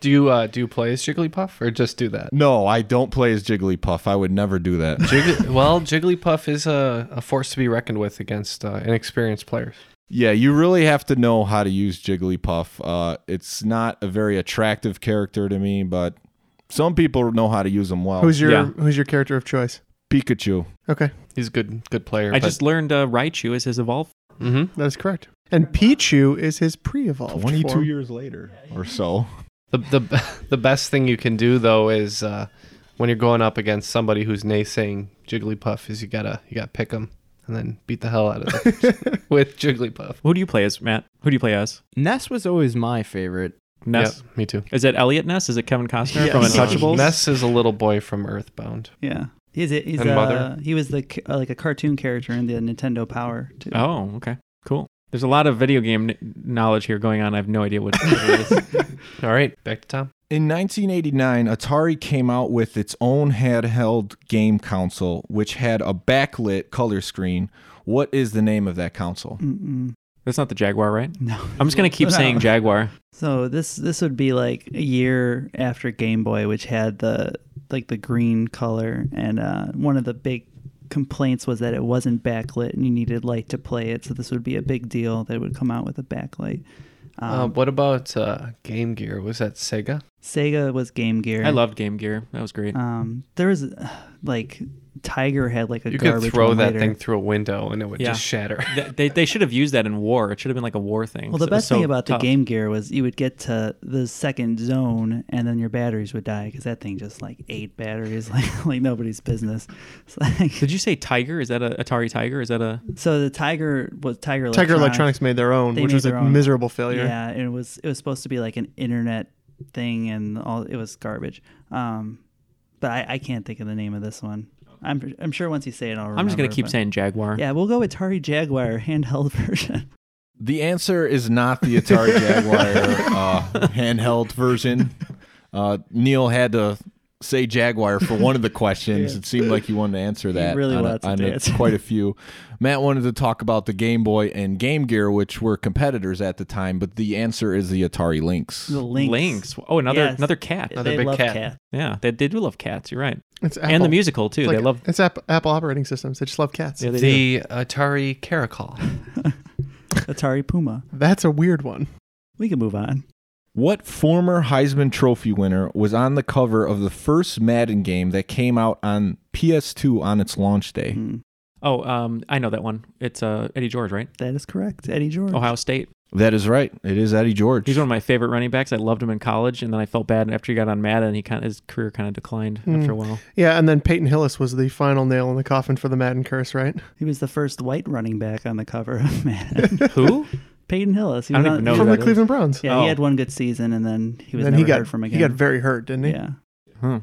D: Do you uh, do you play as Jigglypuff or just do that?
G: No, I don't play as Jigglypuff. I would never do that.
D: Jiggly- well, Jigglypuff is a, a force to be reckoned with against uh, inexperienced players.
G: Yeah, you really have to know how to use Jigglypuff. Uh, it's not a very attractive character to me, but some people know how to use them well.
H: Who's your
C: yeah.
H: Who's your character of choice?
G: Pikachu?
H: Okay,
D: He's a good good player.
C: I just learned uh, Raichu is his evolve.
D: hmm
H: that is correct. And Pichu is his pre-evolved.
G: Twenty-two
H: form.
G: years later or so.
D: the the the best thing you can do though is uh, when you're going up against somebody who's naysaying Jigglypuff is you gotta you gotta pick them and then beat the hell out of them with Jigglypuff.
C: Who do you play as, Matt? Who do you play as?
F: Ness was always my favorite.
C: Ness.
D: Yep, me too.
C: Is it Elliot Ness? Is it Kevin Costner from
E: Yes.
C: Untouchables?
D: Ness is a little boy from Earthbound.
E: Yeah. He's a, he's
D: And
E: a,
D: Mother.
E: he was the ca- uh, like a cartoon character in the Nintendo Power too.
C: Oh, okay. Cool. There's a lot of video game kn- knowledge here going on. I have no idea what it is.
D: All right, back to Tom.
G: In 1989, Atari came out with its own handheld game console, which had a backlit color screen. What is the name of that console?
E: Mm-mm.
C: That's not the Jaguar, right?
E: No.
C: I'm just going to keep
E: No.
C: saying Jaguar.
E: So this this would be like a year after Game Boy, which had the like the green color, and uh, one of the big complaints was that it wasn't backlit and you needed light to play it. So this would be a big deal that it would come out with a backlight. Um,
D: Uh, what about uh, Game Gear? Was that Sega?
E: Sega was Game Gear.
C: I loved Game Gear. That was great.
E: Um, there was uh, like Tiger had like a
D: You could
E: garbage
D: throw
E: one
D: that
E: later.
D: thing through a window and it would
C: Yeah.
D: just shatter.
C: Th- they, they should have used that in war. It should have been like a war thing.
E: Well, the
C: It was
E: best thing
C: so
E: about
C: tough.
E: the Game Gear was you would get to the second zone, and then your batteries would die because that thing just like ate batteries like like nobody's business. It's like-
C: Did you say Tiger? Is that a Atari Tiger? Is that a
E: so the Tiger was Tiger Electronics.
H: Tiger Electronics made their own,
E: They
H: which
E: made
H: was a
E: their own.
H: miserable failure.
E: Yeah, and it was it was supposed to be like an internet thing, and all it was garbage. Um, but I, I can't think of the name of this one. I'm I'm sure once you say it, I'll remember.
C: I'm just gonna keep
E: but-
C: saying Jaguar.
E: Yeah, we'll go Atari Jaguar handheld version.
G: The answer is not the Atari Jaguar uh, handheld version. Uh, Neil had to say Jaguar for one of the questions. It seemed like he wanted to answer that.
E: really
G: on a-
E: wants it
G: on
E: to
G: a-
E: answer.
G: quite a few. Matt wanted to talk about the Game Boy and Game Gear, which were competitors at the time, but the answer is the Atari Lynx.
E: The Lynx.
C: Lynx. Oh, another
E: Yes.
C: another cat.
D: Another
E: they
D: big
E: love
D: cat.
C: Yeah, they, they do love cats. You're right.
H: It's Apple.
C: And the musical too.
H: It's like-
C: they love.
H: it's app, Apple operating systems. They just love cats.
C: Yeah, they do.
D: the Atari Caracol.
E: Atari Puma.
H: That's a weird one.
E: We can move on.
G: What former Heisman Trophy winner was on the cover of the first Madden game that came out on PS2 on its launch day?
E: Hmm.
C: Oh, um, I know that one. It's uh Eddie George, right?
E: That is correct. Eddie George.
C: Ohio State.
G: That is right. It is Eddie George.
C: He's one of my favorite running backs. I loved him in college, and then I felt bad after he got on Madden. He kind of, his career kind of declined after a while.
H: Yeah, and then Peyton Hillis was the final nail in the coffin for the Madden curse, right?
E: He was the first white running back on the cover of Madden.
C: Who?
E: Peyton Hillis. He
C: I
E: was
C: don't even
E: on-
C: know
H: From
C: who
E: he was-
H: the
C: that is.
H: Cleveland Browns.
E: Yeah,
C: Oh.
E: he had one good season, and then he was
H: then
E: never
H: he got
E: heard from again.
H: he got very hurt, didn't he?
E: yeah.
C: Hmm.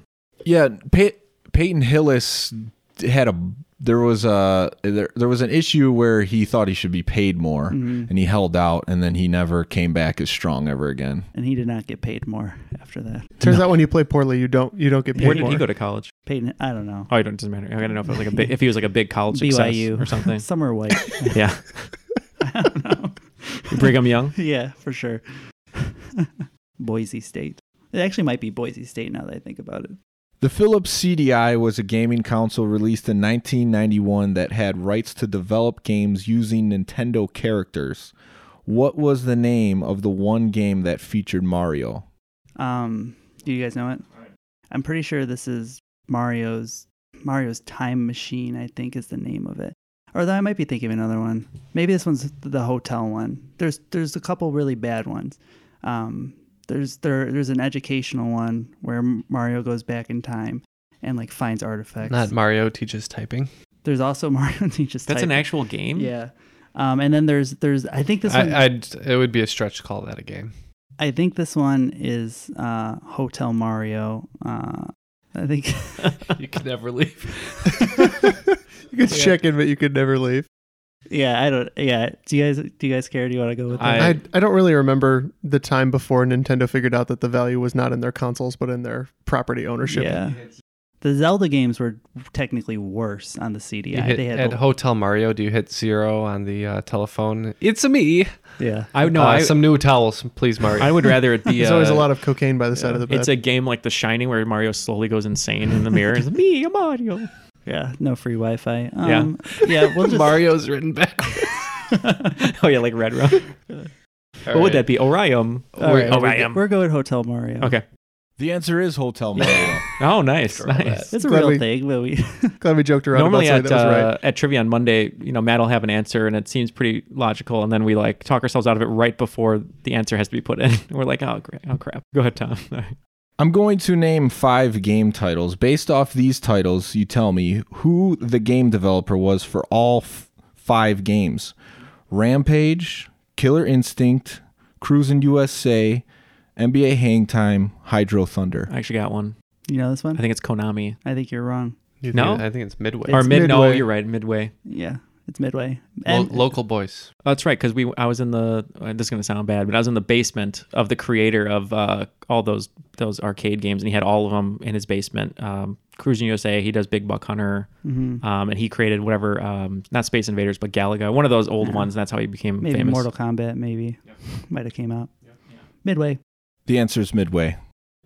G: Yeah, Pey- Peyton Hillis had a there was a there, there was an issue where he thought he should be paid more
E: Mhm.
G: and he held out and then he never came back as strong ever again.
E: and he did not get paid more after that.
H: Turns out when you play poorly, you don't you don't get paid
C: Where did
H: more.
C: he go to college?
E: Peyton, I don't know.
C: Oh, it doesn't matter. I don't know if it was like a big, if he was like a big college success
E: BYU
C: or something.
E: Somewhere white.
C: Yeah,
E: I don't know.
C: Brigham Young.
E: Yeah, for sure. Boise State. It actually might be Boise State now that I think about it.
G: The Philips CDI was a gaming console released in 1991 that had rights to develop games using Nintendo characters. What was the name of the one game that featured Mario?
E: Um, do you guys know it? I'm pretty sure this is Mario's Mario's Time Machine. I think is the name of it. Or though I might be thinking of another one. Maybe this one's the hotel one. There's there's a couple really bad ones. Um, there's there there's an educational one where Mario goes back in time and like finds artifacts.
D: Not Mario teaches typing.
E: There's also Mario teaches.
D: That's an
E: typing.
D: actual game?
E: Yeah. Um, and then there's there's I think this one
D: I, I'd, it would be a stretch to call that a game.
E: I think this one is uh, Hotel Mario. Uh, I think
D: you can never leave.
H: You could check in, but you could never leave.
E: Yeah, I don't. Yeah, do you guys do you guys care? Do you want to go with that?
H: I, I don't really remember the time before Nintendo figured out that the value was not in their consoles but in their property ownership.
E: yeah. The Zelda games were technically worse on the CDI.
D: you hit,
E: they had
D: at Hotel Mario, do you hit zero on the uh, telephone? It's a me.
E: Yeah.
C: I would- no,
D: Uh,
C: I-
D: some new towels, please, Mario.
C: I would rather it be.
H: There's always a lot of cocaine by the side of the bed.
C: It's a game like The Shining where Mario slowly goes insane in the mirror. It's me, I'm Mario.
E: yeah, no free Wi-Fi.
C: Yeah.
E: Um, yeah, we'll just
D: Mario's written back.
C: oh yeah, like Red Rum. what would that be? Orion. Uh,
E: All right, we're,
C: Orion.
E: we're going Hotel Mario.
C: Okay.
G: The answer is Hotel Mario.
C: Oh, nice, nice.
E: It's a
H: Glad
E: real
H: we-
E: thing, but we
H: Glad we joked around
C: Normally
H: about
C: at
H: something that was
C: uh, at trivia on Monday, you know, Matt will have an answer and it seems pretty logical, and then we like talk ourselves out of it right before the answer has to be put in. We're like, oh, gra- oh crap. Go ahead, Tom. All right.
G: I'm going to name five game titles. Based off these titles, you tell me who the game developer was for all f- five games Rampage, Killer Instinct, Cruisin' USA, NBA Hang Time, Hydro Thunder.
C: I actually got one.
E: you know this one.
C: I think it's Konami.
E: I think you're wrong.
D: You
C: No?
D: think- I think it's Midway.
C: or
E: It's
C: mid no,
H: Midway.
C: you're right, Midway.
E: Yeah, it's Midway.
D: Lo-
E: And
D: local boys.
C: That's right, because we I was in the uh, this is gonna sound bad, but I was in the basement of the creator of uh, all those those arcade games, and he had all of them in his basement. Um, Cruising USA, he does Big Buck Hunter,
E: uh, mm-hmm.
C: um, and he created whatever um, not Space Invaders, but Galaga, one of those old ones. And that's how he became
E: maybe
C: famous.
E: Mortal Kombat. Maybe might have came out Midway.
G: The answer is Midway.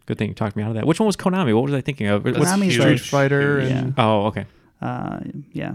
C: Good thing you talked me out of that. Which one was Konami? What was I thinking of? It was-
E: Konami's
H: right. Street
E: huge.
H: Fighter and
C: oh, okay,
E: Uh, yeah.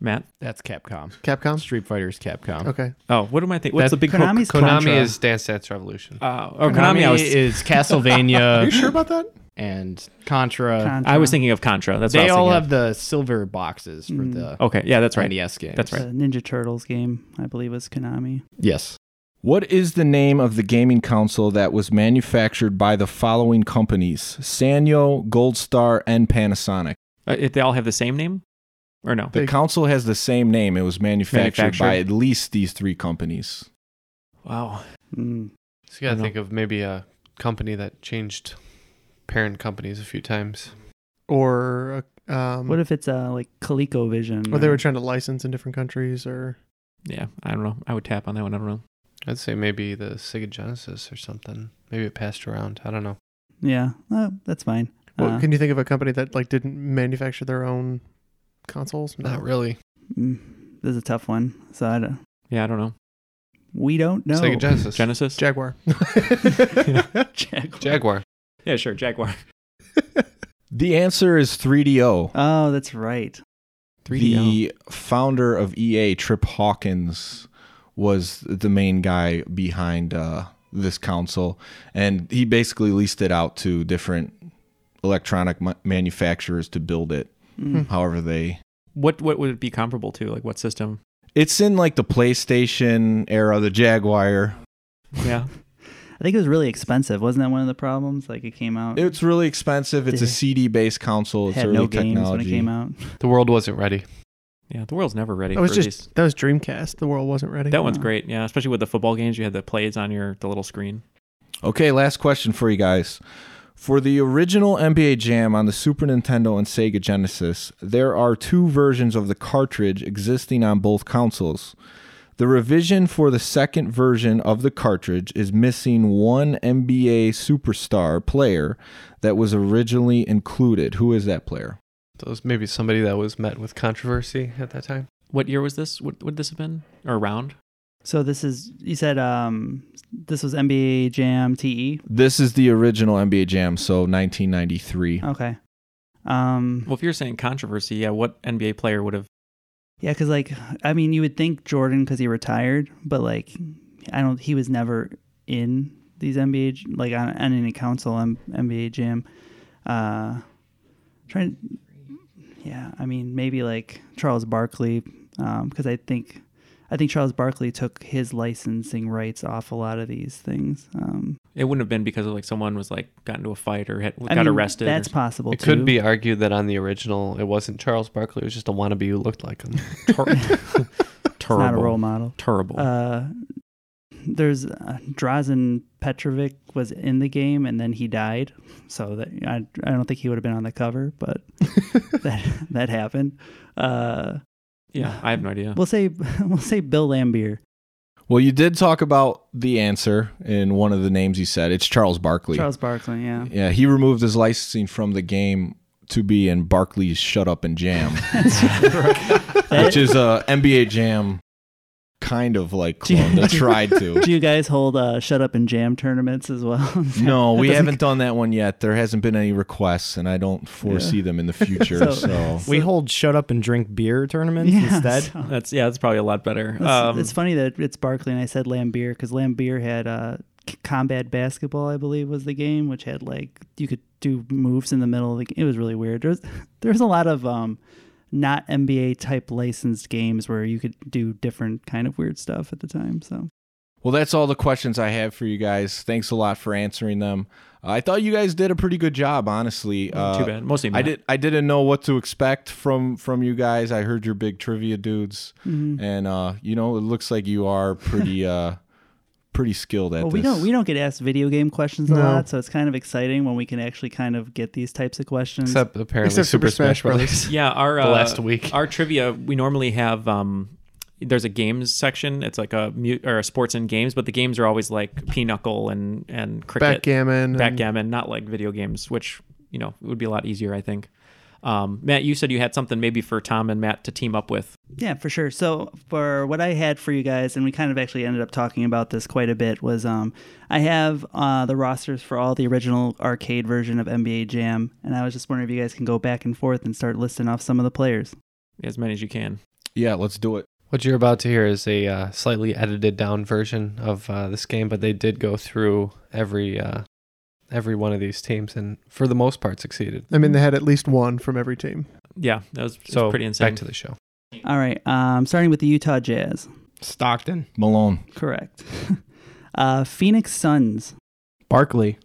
C: Matt.
F: That's Capcom.
H: Capcom.
F: Street Fighter's Capcom.
H: Okay.
C: Oh, what am I thinking? What's
D: That-
C: the big
E: Konami's
D: Konami
E: Contra.
D: is Dance Dance Revolution.
C: Oh, or Konami. I was
F: is
H: Are you
F: Castlevania
H: sure about that?
F: and Contra.
E: Contra.
C: Uh, I was thinking of Contra. That's what
F: they
C: I was
F: all
C: thinking
F: have the silver boxes for
E: Mm.
F: the
C: Of. Okay, yeah, that's right.
F: NES games.
C: That's right.
E: The Ninja Turtles game, I believe, was Konami.
F: Yes.
G: What is the name of the gaming console that was manufactured by the following companies Sanyo, Gold Star, and Panasonic?
C: Uh, if they all have the same name, or no?
G: The console has the same name. It was manufactured by
C: Manufactured.
G: at least these three companies.
C: Wow.
E: Mm.
D: So you got
C: I
D: to
C: know.
D: think of maybe a company that changed parent companies a few times.
H: Or uh, um,
E: What if it's uh, like ColecoVision?
H: or they
E: or-
H: were trying to license in different countries or
C: Yeah, I don't know. I would tap on that one. I don't know.
D: I'd say maybe the Sega Genesis or something. Maybe it passed around. I don't know.
E: Yeah, well, that's fine.
H: Well,
E: Uh,
H: can you think of a company that like didn't manufacture their own consoles?
D: Not really.
E: mm, this is a tough one. So I don't,
C: Yeah, I don't know.
E: we don't know.
D: Sega Genesis.
C: Genesis.
H: Jaguar.
E: Jaguar.
D: Jaguar.
C: yeah, sure. Jaguar.
G: The answer is 3DO.
E: Oh, that's right.
C: 3DO.
G: The founder of EA, Trip Hawkins, was the main guy behind uh, this console, and he basically leased it out to different electronic ma- manufacturers to build it.
H: Hmm.
E: Mm.
G: However, they
C: What what would it be comparable to? Like what system?
G: it's in like the PlayStation era, the Jaguar.
C: Yeah.
E: I think it was really expensive. Wasn't that one of the problems? Like it came out,
G: It's really expensive. It's a
E: They
G: CD-based console. It's
E: Uh-huh. had
G: early
E: no games
G: technology.
E: when it came out.
D: The world wasn't ready.
C: Yeah. The world's never ready
H: That was
C: for
H: just
C: these.
H: that was Dreamcast. The world wasn't ready.
C: That one's great. Yeah, especially with the football games, you had the plays on your the little screen.
G: Okay, last question for you guys. For the original NBA Jam on the Super Nintendo and Sega Genesis, there are two versions of the cartridge existing on both consoles. The revision for the second version of the cartridge is missing one NBA superstar player that was originally included. Who is that player?
D: So it was maybe somebody that was met with controversy at that time.
C: What year was this? What would this have been? Or around?
E: So this is you said um this was NBA Jam E? TE. Uh,
G: This is the original NBA Jam, so 1993.
E: Okay. Um,
C: well, if you're saying controversy, yeah, what NBA player would have?
E: yeah, because like I mean, you would think Jordan because he retired, but like I don't. He was never in these NBA j- like on, on any council on NBA Jam. Uh, trying. Yeah, I mean maybe like Charles Barkley, because I think I think Charles Barkley took his licensing rights off a lot of these things. Um,
C: It wouldn't have been because of like someone was like got into a fight or had,
E: I
C: got
E: mean,
C: arrested.
E: that's
C: or,
E: possible.
D: It could
E: too.
D: be argued that on the original, it wasn't Charles Barkley. It was just a wannabe who looked like him.
E: It's
C: terrible.
E: not a role model.
C: Terrible.
E: Uh, there's uh, Drazen Petrovic was in the game and then he died, so that I, I don't think he would have been on the cover, but that that happened. Uh,
C: yeah, I have no idea.
E: we'll say we'll say Bill Lambier.
G: Well, you did talk about the answer in one of the names you said. It's Charles Barkley.
E: Charles Barkley, yeah.
G: Yeah, he removed his licensing from the game to be in Barkley's Shut Up and Jam, which is a NBA Jam kind of like clone that tried to.
E: Do you guys hold uh, shut up and jam tournaments as well?
G: No,
E: That
G: we
E: doesn't-
G: haven't done that one yet. There hasn't been any requests, and I don't foresee them in the future.
E: So-
G: So,
F: We hold shut up and drink beer tournaments
E: Yeah,
F: instead.
E: so-
C: That's yeah, that's probably a lot better.
E: That's-
C: Um,
E: it's funny that it's Barkley and I said Lambeer because Lambeer had uh, c- combat basketball, I believe, was the game, which had like you could do moves in the middle of the game. It was really weird. There's there's a lot of um, not NBA type licensed games where you could do different kind of weird stuff at the time. So
G: well, that's all the questions I have for you guys. Thanks a lot for answering them. I thought you guys did a pretty good job, honestly. Uh,
C: too bad. Mostly
G: I
C: Matt.
G: did. I didn't know what to expect from from you guys. I heard your big trivia dudes, and uh, you know, it looks like you are pretty uh, pretty skilled at
E: well,
G: this.
E: we don't we don't get asked video game questions a
H: No.
E: lot, so it's kind of exciting when we can actually kind of get these types of questions.
D: Except apparently
H: Except
D: Super Smash Brothers.
C: Yeah, our
D: The
C: uh,
D: last week.
C: our trivia. We normally have um, there's a games section. It's like a mute or a sports and games, but the games are always like pinochle and and cricket,
H: Backgammon and-
C: backgammon, not like video games, which you know would be a lot easier, I think. Um, Matt, you said you had something maybe for Tom and Matt to team up with.
E: Yeah, for sure. So for what I had for you guys, and we kind of actually ended up talking about this quite a bit, was um, I have uh, the rosters for all the original arcade version of NBA Jam, and I was just wondering if you guys can go back and forth and start listing off some of the players.
C: As many as you can.
G: Yeah, let's do it.
D: What you're about to hear is a uh, slightly edited down version of uh, this game, but they did go through every uh, every one of these teams, and for the most part, succeeded.
H: I mean, they had at least one from every team.
C: Yeah, that was, it's
D: So
C: pretty insane.
D: back to the show.
E: All right, um, starting with the Utah Jazz.
F: Stockton,
G: Malone,
E: Correct. uh, Phoenix Suns.
F: Barkley,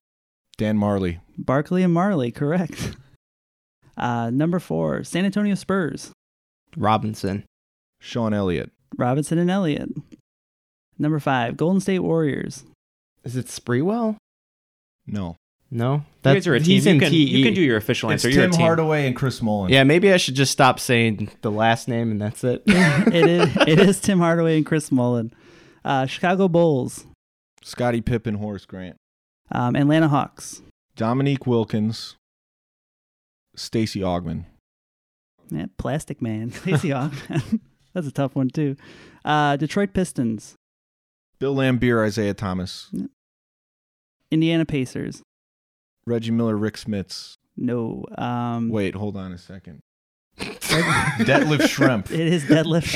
G: Dan Marley,
E: Barkley and Marley. Correct. Uh, number four, San Antonio Spurs.
F: Robinson,
G: Sean Elliott,
E: Robinson and Elliott. Number five, Golden State Warriors.
F: Is it Spreewell?
G: no,
F: No,
C: you guys are a team.
F: he's
C: You
F: in
C: can,
F: TE.
C: you can do your official
G: it's
C: answer. You're
G: Tim
C: a team.
G: Hardaway and Chris Mullen.
F: Yeah, maybe I should just stop saying the last name and that's it.
E: it is it is Tim Hardaway and Chris Mullen. Uh, Chicago Bulls,
G: Scottie Pippen, Horace Grant,
E: um, Atlanta Hawks.
G: Dominique Wilkins, Stacy Ogman,
E: Yeah, Plastic Man, Stacey Augman. That's a tough one too. Uh, Detroit Pistons,
G: Bill Lambier, Isaiah Thomas,
E: Indiana Pacers.
G: Reggie Miller, Rick Smits.
E: No, um,
G: Wait, hold on a second. Detlef Shrimp.
E: it is deadlift.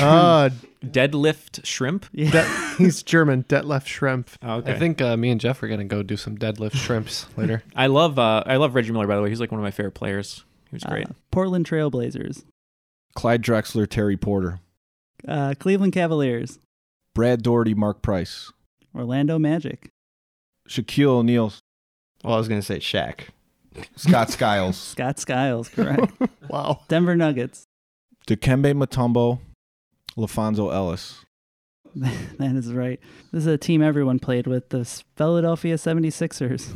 H: Ah,
C: Deadlift shrimp.
E: yeah.
H: Det- he's German. Detlef Schrempf.
C: Oh, okay.
D: I think uh, me and Jeff are gonna go do some deadlift shrimps later.
C: I love uh, I love Reggie Miller. By the way, he's like one of my favorite players. He was
E: Uh,
C: great.
E: Portland Trailblazers,
G: Clyde Drexler, Terry Porter,
E: uh, Cleveland Cavaliers,
G: Brad Doherty, Mark Price,
E: Orlando Magic,
G: Shaquille O'Neal,
F: well, I was gonna say Shaq.
G: Scott Skiles,
E: Scott Skiles, correct.
H: Wow.
E: Denver Nuggets.
G: Dikembe Mutombo, LaFonso Ellis,
E: that is right. This is a team everyone played with, the Philadelphia 76ers.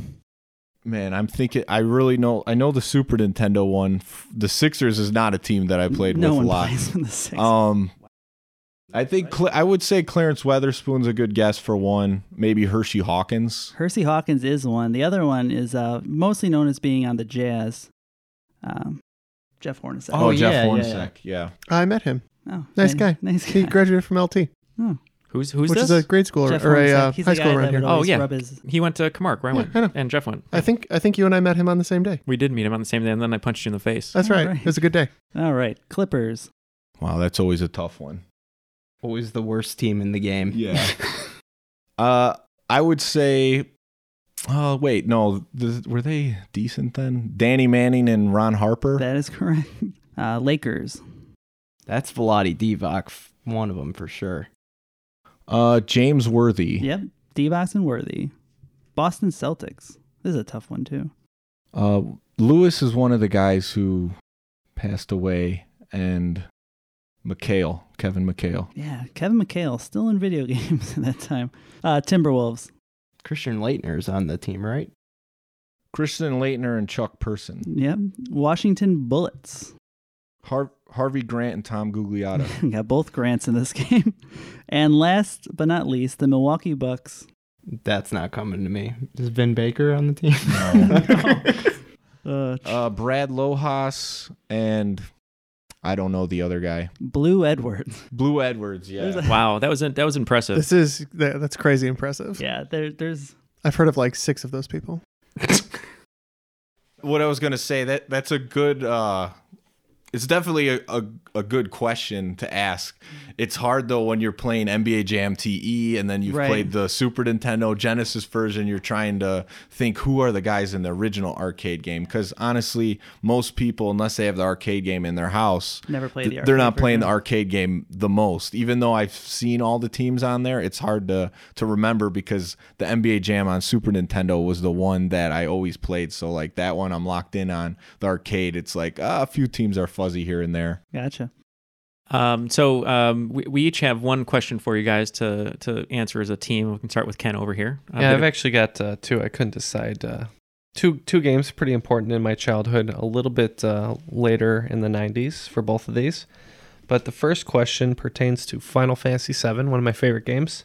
G: Man, I'm thinking. I really know. I know the Super Nintendo one. F- The Sixers is not a team that I played
E: no
G: with
E: one
G: a lot.
E: plays with the Sixers.
G: Um, I think Cl- I would say Clarence Weatherspoon's a good guess for one. Maybe Hershey Hawkins.
E: Hersey Hawkins is one. The other one is uh, mostly known as being on the Jazz. Um, Jeff Hornacek.
F: Oh,
G: Jeff
F: yeah, yeah,
G: Hornacek. Yeah,
H: I met him.
E: Oh,
H: Nice
E: ni-
H: guy.
E: Nice
H: He
E: guy.
H: graduated from LT.
C: Who's who's
H: Which
C: this?
H: is a grade school or- Jeff or a, Hornacek. uh, He's the high guy school around that would here.
C: Oh
H: always
C: yeah,
H: rub his-
C: he went to Camargue where I
H: Yeah,
C: went,
H: I know.
C: and Jeff went.
H: I think I think you and I met him on the same day.
C: We did meet him on the same day, and then I punched you in the face.
H: That's right. It was a good day.
E: All right, Clippers.
G: Wow, that's always a tough one.
F: Always the worst team in the game.
G: Yeah. uh, I would say. Oh wait, no. th were they decent then? Danny Manning and Ron Harper.
E: That is correct. Uh, Lakers.
F: That's Vladi Divac, f- one of them for sure.
G: Uh, James Worthy.
E: Yep. Devox and Worthy. Boston Celtics. This is a tough one too.
G: Uh, Lewis is one of the guys who passed away, and McHale, Kevin McHale.
E: Yeah, Kevin McHale still in video games at that time. Uh, Timberwolves.
F: Christian Leitner's on the team, right?
G: Christian Leitner and Chuck Person.
E: Yep. Washington Bullets.
G: Har- Harvey Grant and Tom Gugliotta.
E: Got both grants in this game. And last but not least, the Milwaukee Bucks.
F: That's not coming to me. Is Vin Baker on the team?
E: Uh,
G: uh, Brad Lojas and I don't know the other guy.
E: Blue Edwards.
G: Blue Edwards, yeah.
C: Wow, that was that was impressive.
H: This is that, that's crazy impressive.
E: Yeah, there, there's.
H: I've heard of like six of those people.
G: what I was gonna say that that's a good. Uh, it's definitely a, a, a good question to ask. It's hard though when you're playing NBA Jam TE and then you've
E: Right.
G: played the Super Nintendo Genesis version. You're trying to think who are the guys in the original arcade game because honestly, most people unless they have the arcade game in their house,
E: Never played the
G: th- they're not
E: arcade
G: playing the
E: version.
G: arcade game the most. Even though I've seen all the teams on there, it's hard to to remember because the NBA Jam on Super Nintendo was the one that I always played. So like that one, I'm locked in on the arcade. It's like ah, a few teams are fuzzy here and there.
E: Gotcha.
C: Um, so um, we, we each have one question for you guys to to answer as a team. We can start with Ken over here. Uh,
D: yeah,
C: but
D: I've actually got uh, two. I couldn't decide. Uh, two two games pretty important in my childhood. A little bit uh, later in the '90s for both of these, but the first question pertains to Final Fantasy VII, one of my favorite games.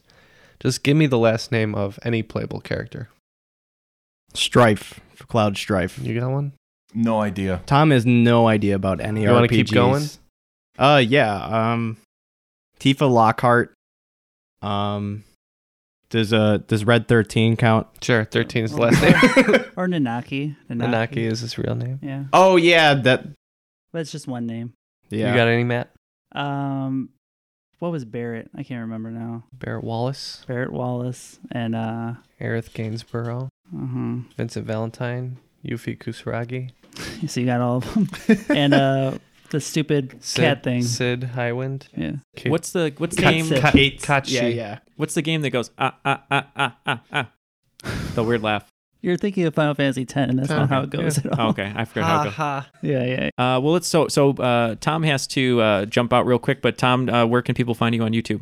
D: Just give me the last name of any playable character.
F: Strife, Cloud Strife.
D: You got one?
G: No idea.
F: Tom has no idea about any
D: You
F: RPGs.
D: wanna keep going?
F: Uh, yeah. Um, Tifa Lockhart. Um, does uh does Red Thirteen count?
D: Sure, 13 is the last name.
E: Oh, Or Nanaki. Nanaki.
D: Nanaki is his real name.
E: Yeah,
F: Oh yeah, that
E: but it's just one name.
F: yeah.
D: You got any, Matt?
E: Um, what was Barrett? I can't remember now.
D: Barrett Wallace,
E: Barrett Wallace and uh,
D: Aerith Gainsborough,
E: uh
D: Vincent Valentine, Yuffie Kusuragi,
E: so you got all of them, and uh, the stupid
D: Sid,
E: cat thing.
D: Sid Highwind.
E: Yeah.
D: Kate-
C: What's the what's the
E: Cut
C: game?
E: set.
D: Ka-
F: Kate-
D: Kachi.
F: Yeah, yeah.
C: What's the game that goes ah ah ah ah ah ah? The weird laugh.
E: You're thinking of Final Fantasy X, and that's not how it goes at
C: Oh,
E: all.
C: okay, I forgot
H: Uh,
C: how it goes.
E: Yeah, yeah.
C: Uh, well, let's so so. Uh, Tom has to uh, jump out real quick, but Tom, uh, where can people find you on YouTube?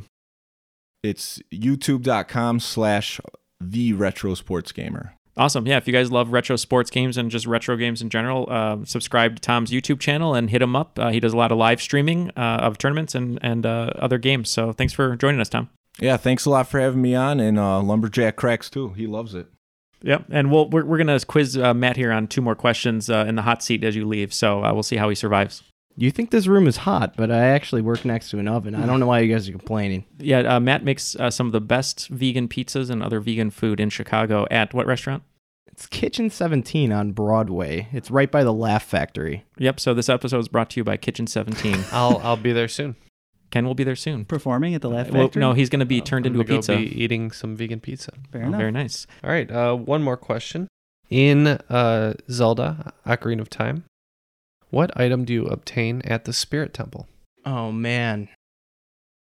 G: It's youtube.com slash the retro sports gamer.
C: Awesome. Yeah, if you guys love retro sports games and just retro games in general, uh, subscribe to Tom's YouTube channel and hit him up. Uh, he does a lot of live streaming uh, of tournaments and and uh, other games. So thanks for joining us, Tom.
G: Yeah, thanks a lot for having me on, and uh, Lumberjack Cracks too. He loves it.
C: Yep. And we'll we're, we're gonna quiz uh, Matt here on two more questions uh, in the hot seat as you leave. So uh, we'll see how he survives.
F: You think this room is hot, but I actually work next to an oven. I don't know why you guys are complaining.
C: Yeah, uh, Matt makes uh, some of the best vegan pizzas and other vegan food in Chicago. At what restaurant?
F: It's Kitchen 17 on Broadway. It's right by the Laugh Factory.
C: Yep. So this episode is brought to you by Kitchen Seventeen.
D: I'll I'll be there soon.
C: Ken will be there soon.
E: Performing at the Laugh
C: Well,
E: Factory?
C: no, he's going to be
D: Uh,
C: turned
D: I'm
C: into a
D: gonna
C: pizza.
D: Go be eating some vegan pizza.
E: Fair
C: Oh,
E: enough.
C: very nice.
D: All right. Uh, one more question. In uh, Zelda: Ocarina of Time, what item do you obtain at the Spirit Temple?
F: Oh, man.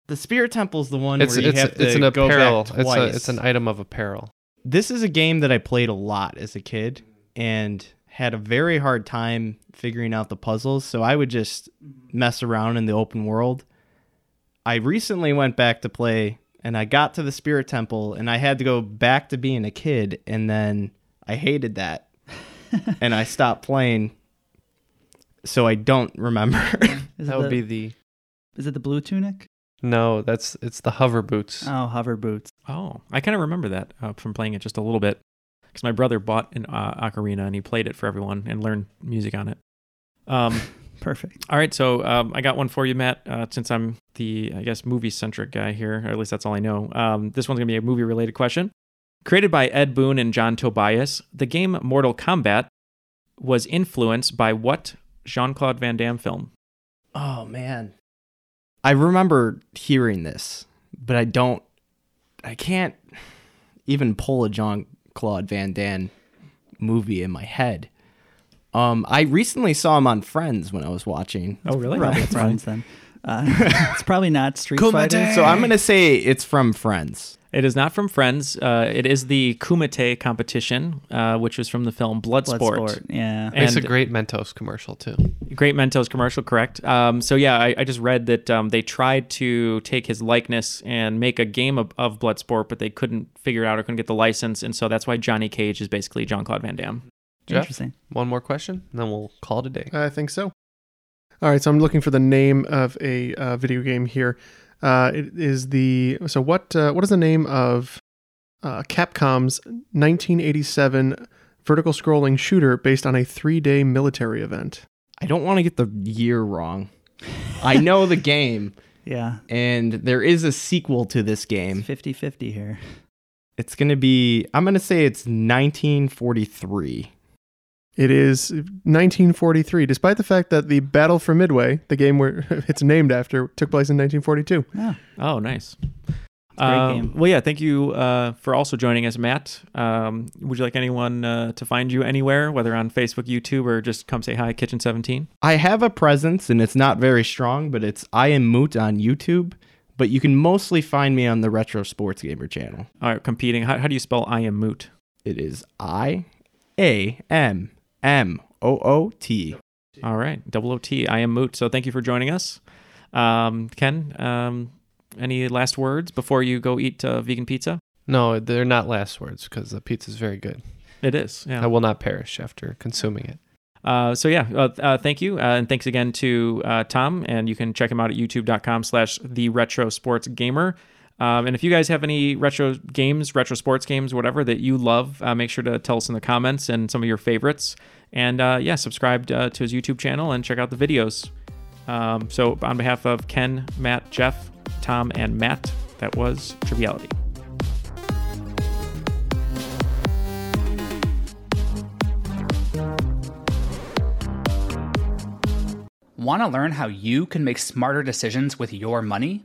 F: The Spirit Temple's the one
D: It's
F: where you
D: it's
F: have to
D: it's an
F: go
D: apparel.
F: back
D: It's a
F: twice.
D: it's an item of apparel.
F: This is a game that I played a lot as a kid and had a very hard time figuring out the puzzles, so I would just mess around in the open world. I recently went back to play and I got to the Spirit Temple and I had to go back to being a kid and then I hated that. and I stopped playing. So I don't remember.
E: Is,
D: That
E: it
D: would
E: the,
D: be the
E: is it the blue tunic?
D: no. That's it's the hover boots.
E: Oh, hover boots.
C: Oh, I kind of remember that uh, from playing it just a little bit because my brother bought an uh, ocarina and he played it for everyone and learned music on it. Um,
J: Perfect.
C: All right, so um, I got one for you, Matt. Uh, since I'm the, I guess, movie centric guy here, or at least that's all I know. Um, this one's gonna be a movie related question. Created by Ed Boon and John Tobias, the game Mortal Kombat was influenced by what Jean Claude Van Damme film?
H: Oh man. I remember hearing this, but I don't I can't even pull a John Claude Van Damme movie in my head. Um I recently saw him on Friends when I was watching.
J: It's Probably Friends then. Uh, it's probably not Street Fighter.
H: So I'm gonna say it's from Friends.
C: It is not from Friends. Uh, it is the Kumite competition, uh, which was from the film Bloodsport.
J: Bloodsport, yeah.
D: It's a
C: And-
D: great Mentos commercial too.
C: Great Mentos commercial, correct? Um, so yeah, I, I just read that um, they tried to take his likeness and make a game of, of Bloodsport, but they couldn't figure it out or couldn't get the license, and so that's why Johnny Cage is basically John Claude Van Damme.
D: Jeff?
J: Interesting.
D: One more question, and then we'll call it a day.
K: I think so. All right, so I'm looking for the name of a uh, video game here. Uh, it is the so what uh, what is the name of uh, Capcom's 1987 vertical scrolling shooter based on a three day military event?
H: I don't want to get the year wrong. I know the game,
J: Yeah.
H: and there is a sequel to this game.
J: 50 50 here.
H: It's going to be, I'm going to say it's 1943.
K: It is 1943, despite the fact that the Battle for Midway, the game where it's named after, took place in 1942.
J: Yeah.
C: Oh, nice.
J: great
C: Uh,
J: game.
C: Well, yeah, thank you uh, for also joining us, Matt. Um, would you like anyone uh, to find you anywhere, whether on Facebook, YouTube, or just come say hi, Kitchen 17?
H: I have a presence, and it's not very strong, but it's I Am Moot on YouTube. But you can mostly find me on the Retro Sports Gamer channel.
C: All right, competing. How, how do you spell I am moot?
H: It is I A M M O O T.
C: All right, double OT. I am Moot. So thank you for joining us, um, Ken. Um, any last words before you go eat uh, vegan pizza?
D: No, they're not last words because the pizza's very good.
C: It is.
D: I
C: Yeah.
D: will not perish after consuming it.
C: Uh, so yeah, uh, uh, thank you, uh, and thanks again to uh, Tom. And you can check him out at YouTube.com/slash The Retro Sports Gamer. Um, and if you guys have any retro games, retro sports games, whatever that you love, uh, make sure to tell us in the comments and some of your favorites. And uh, yeah, subscribe uh, to his YouTube channel and check out the videos. Um, so, on behalf of Ken, Matt, Jeff, Tom, and Matt, that was Triviality.
E: Want to learn how you can make smarter decisions with your money?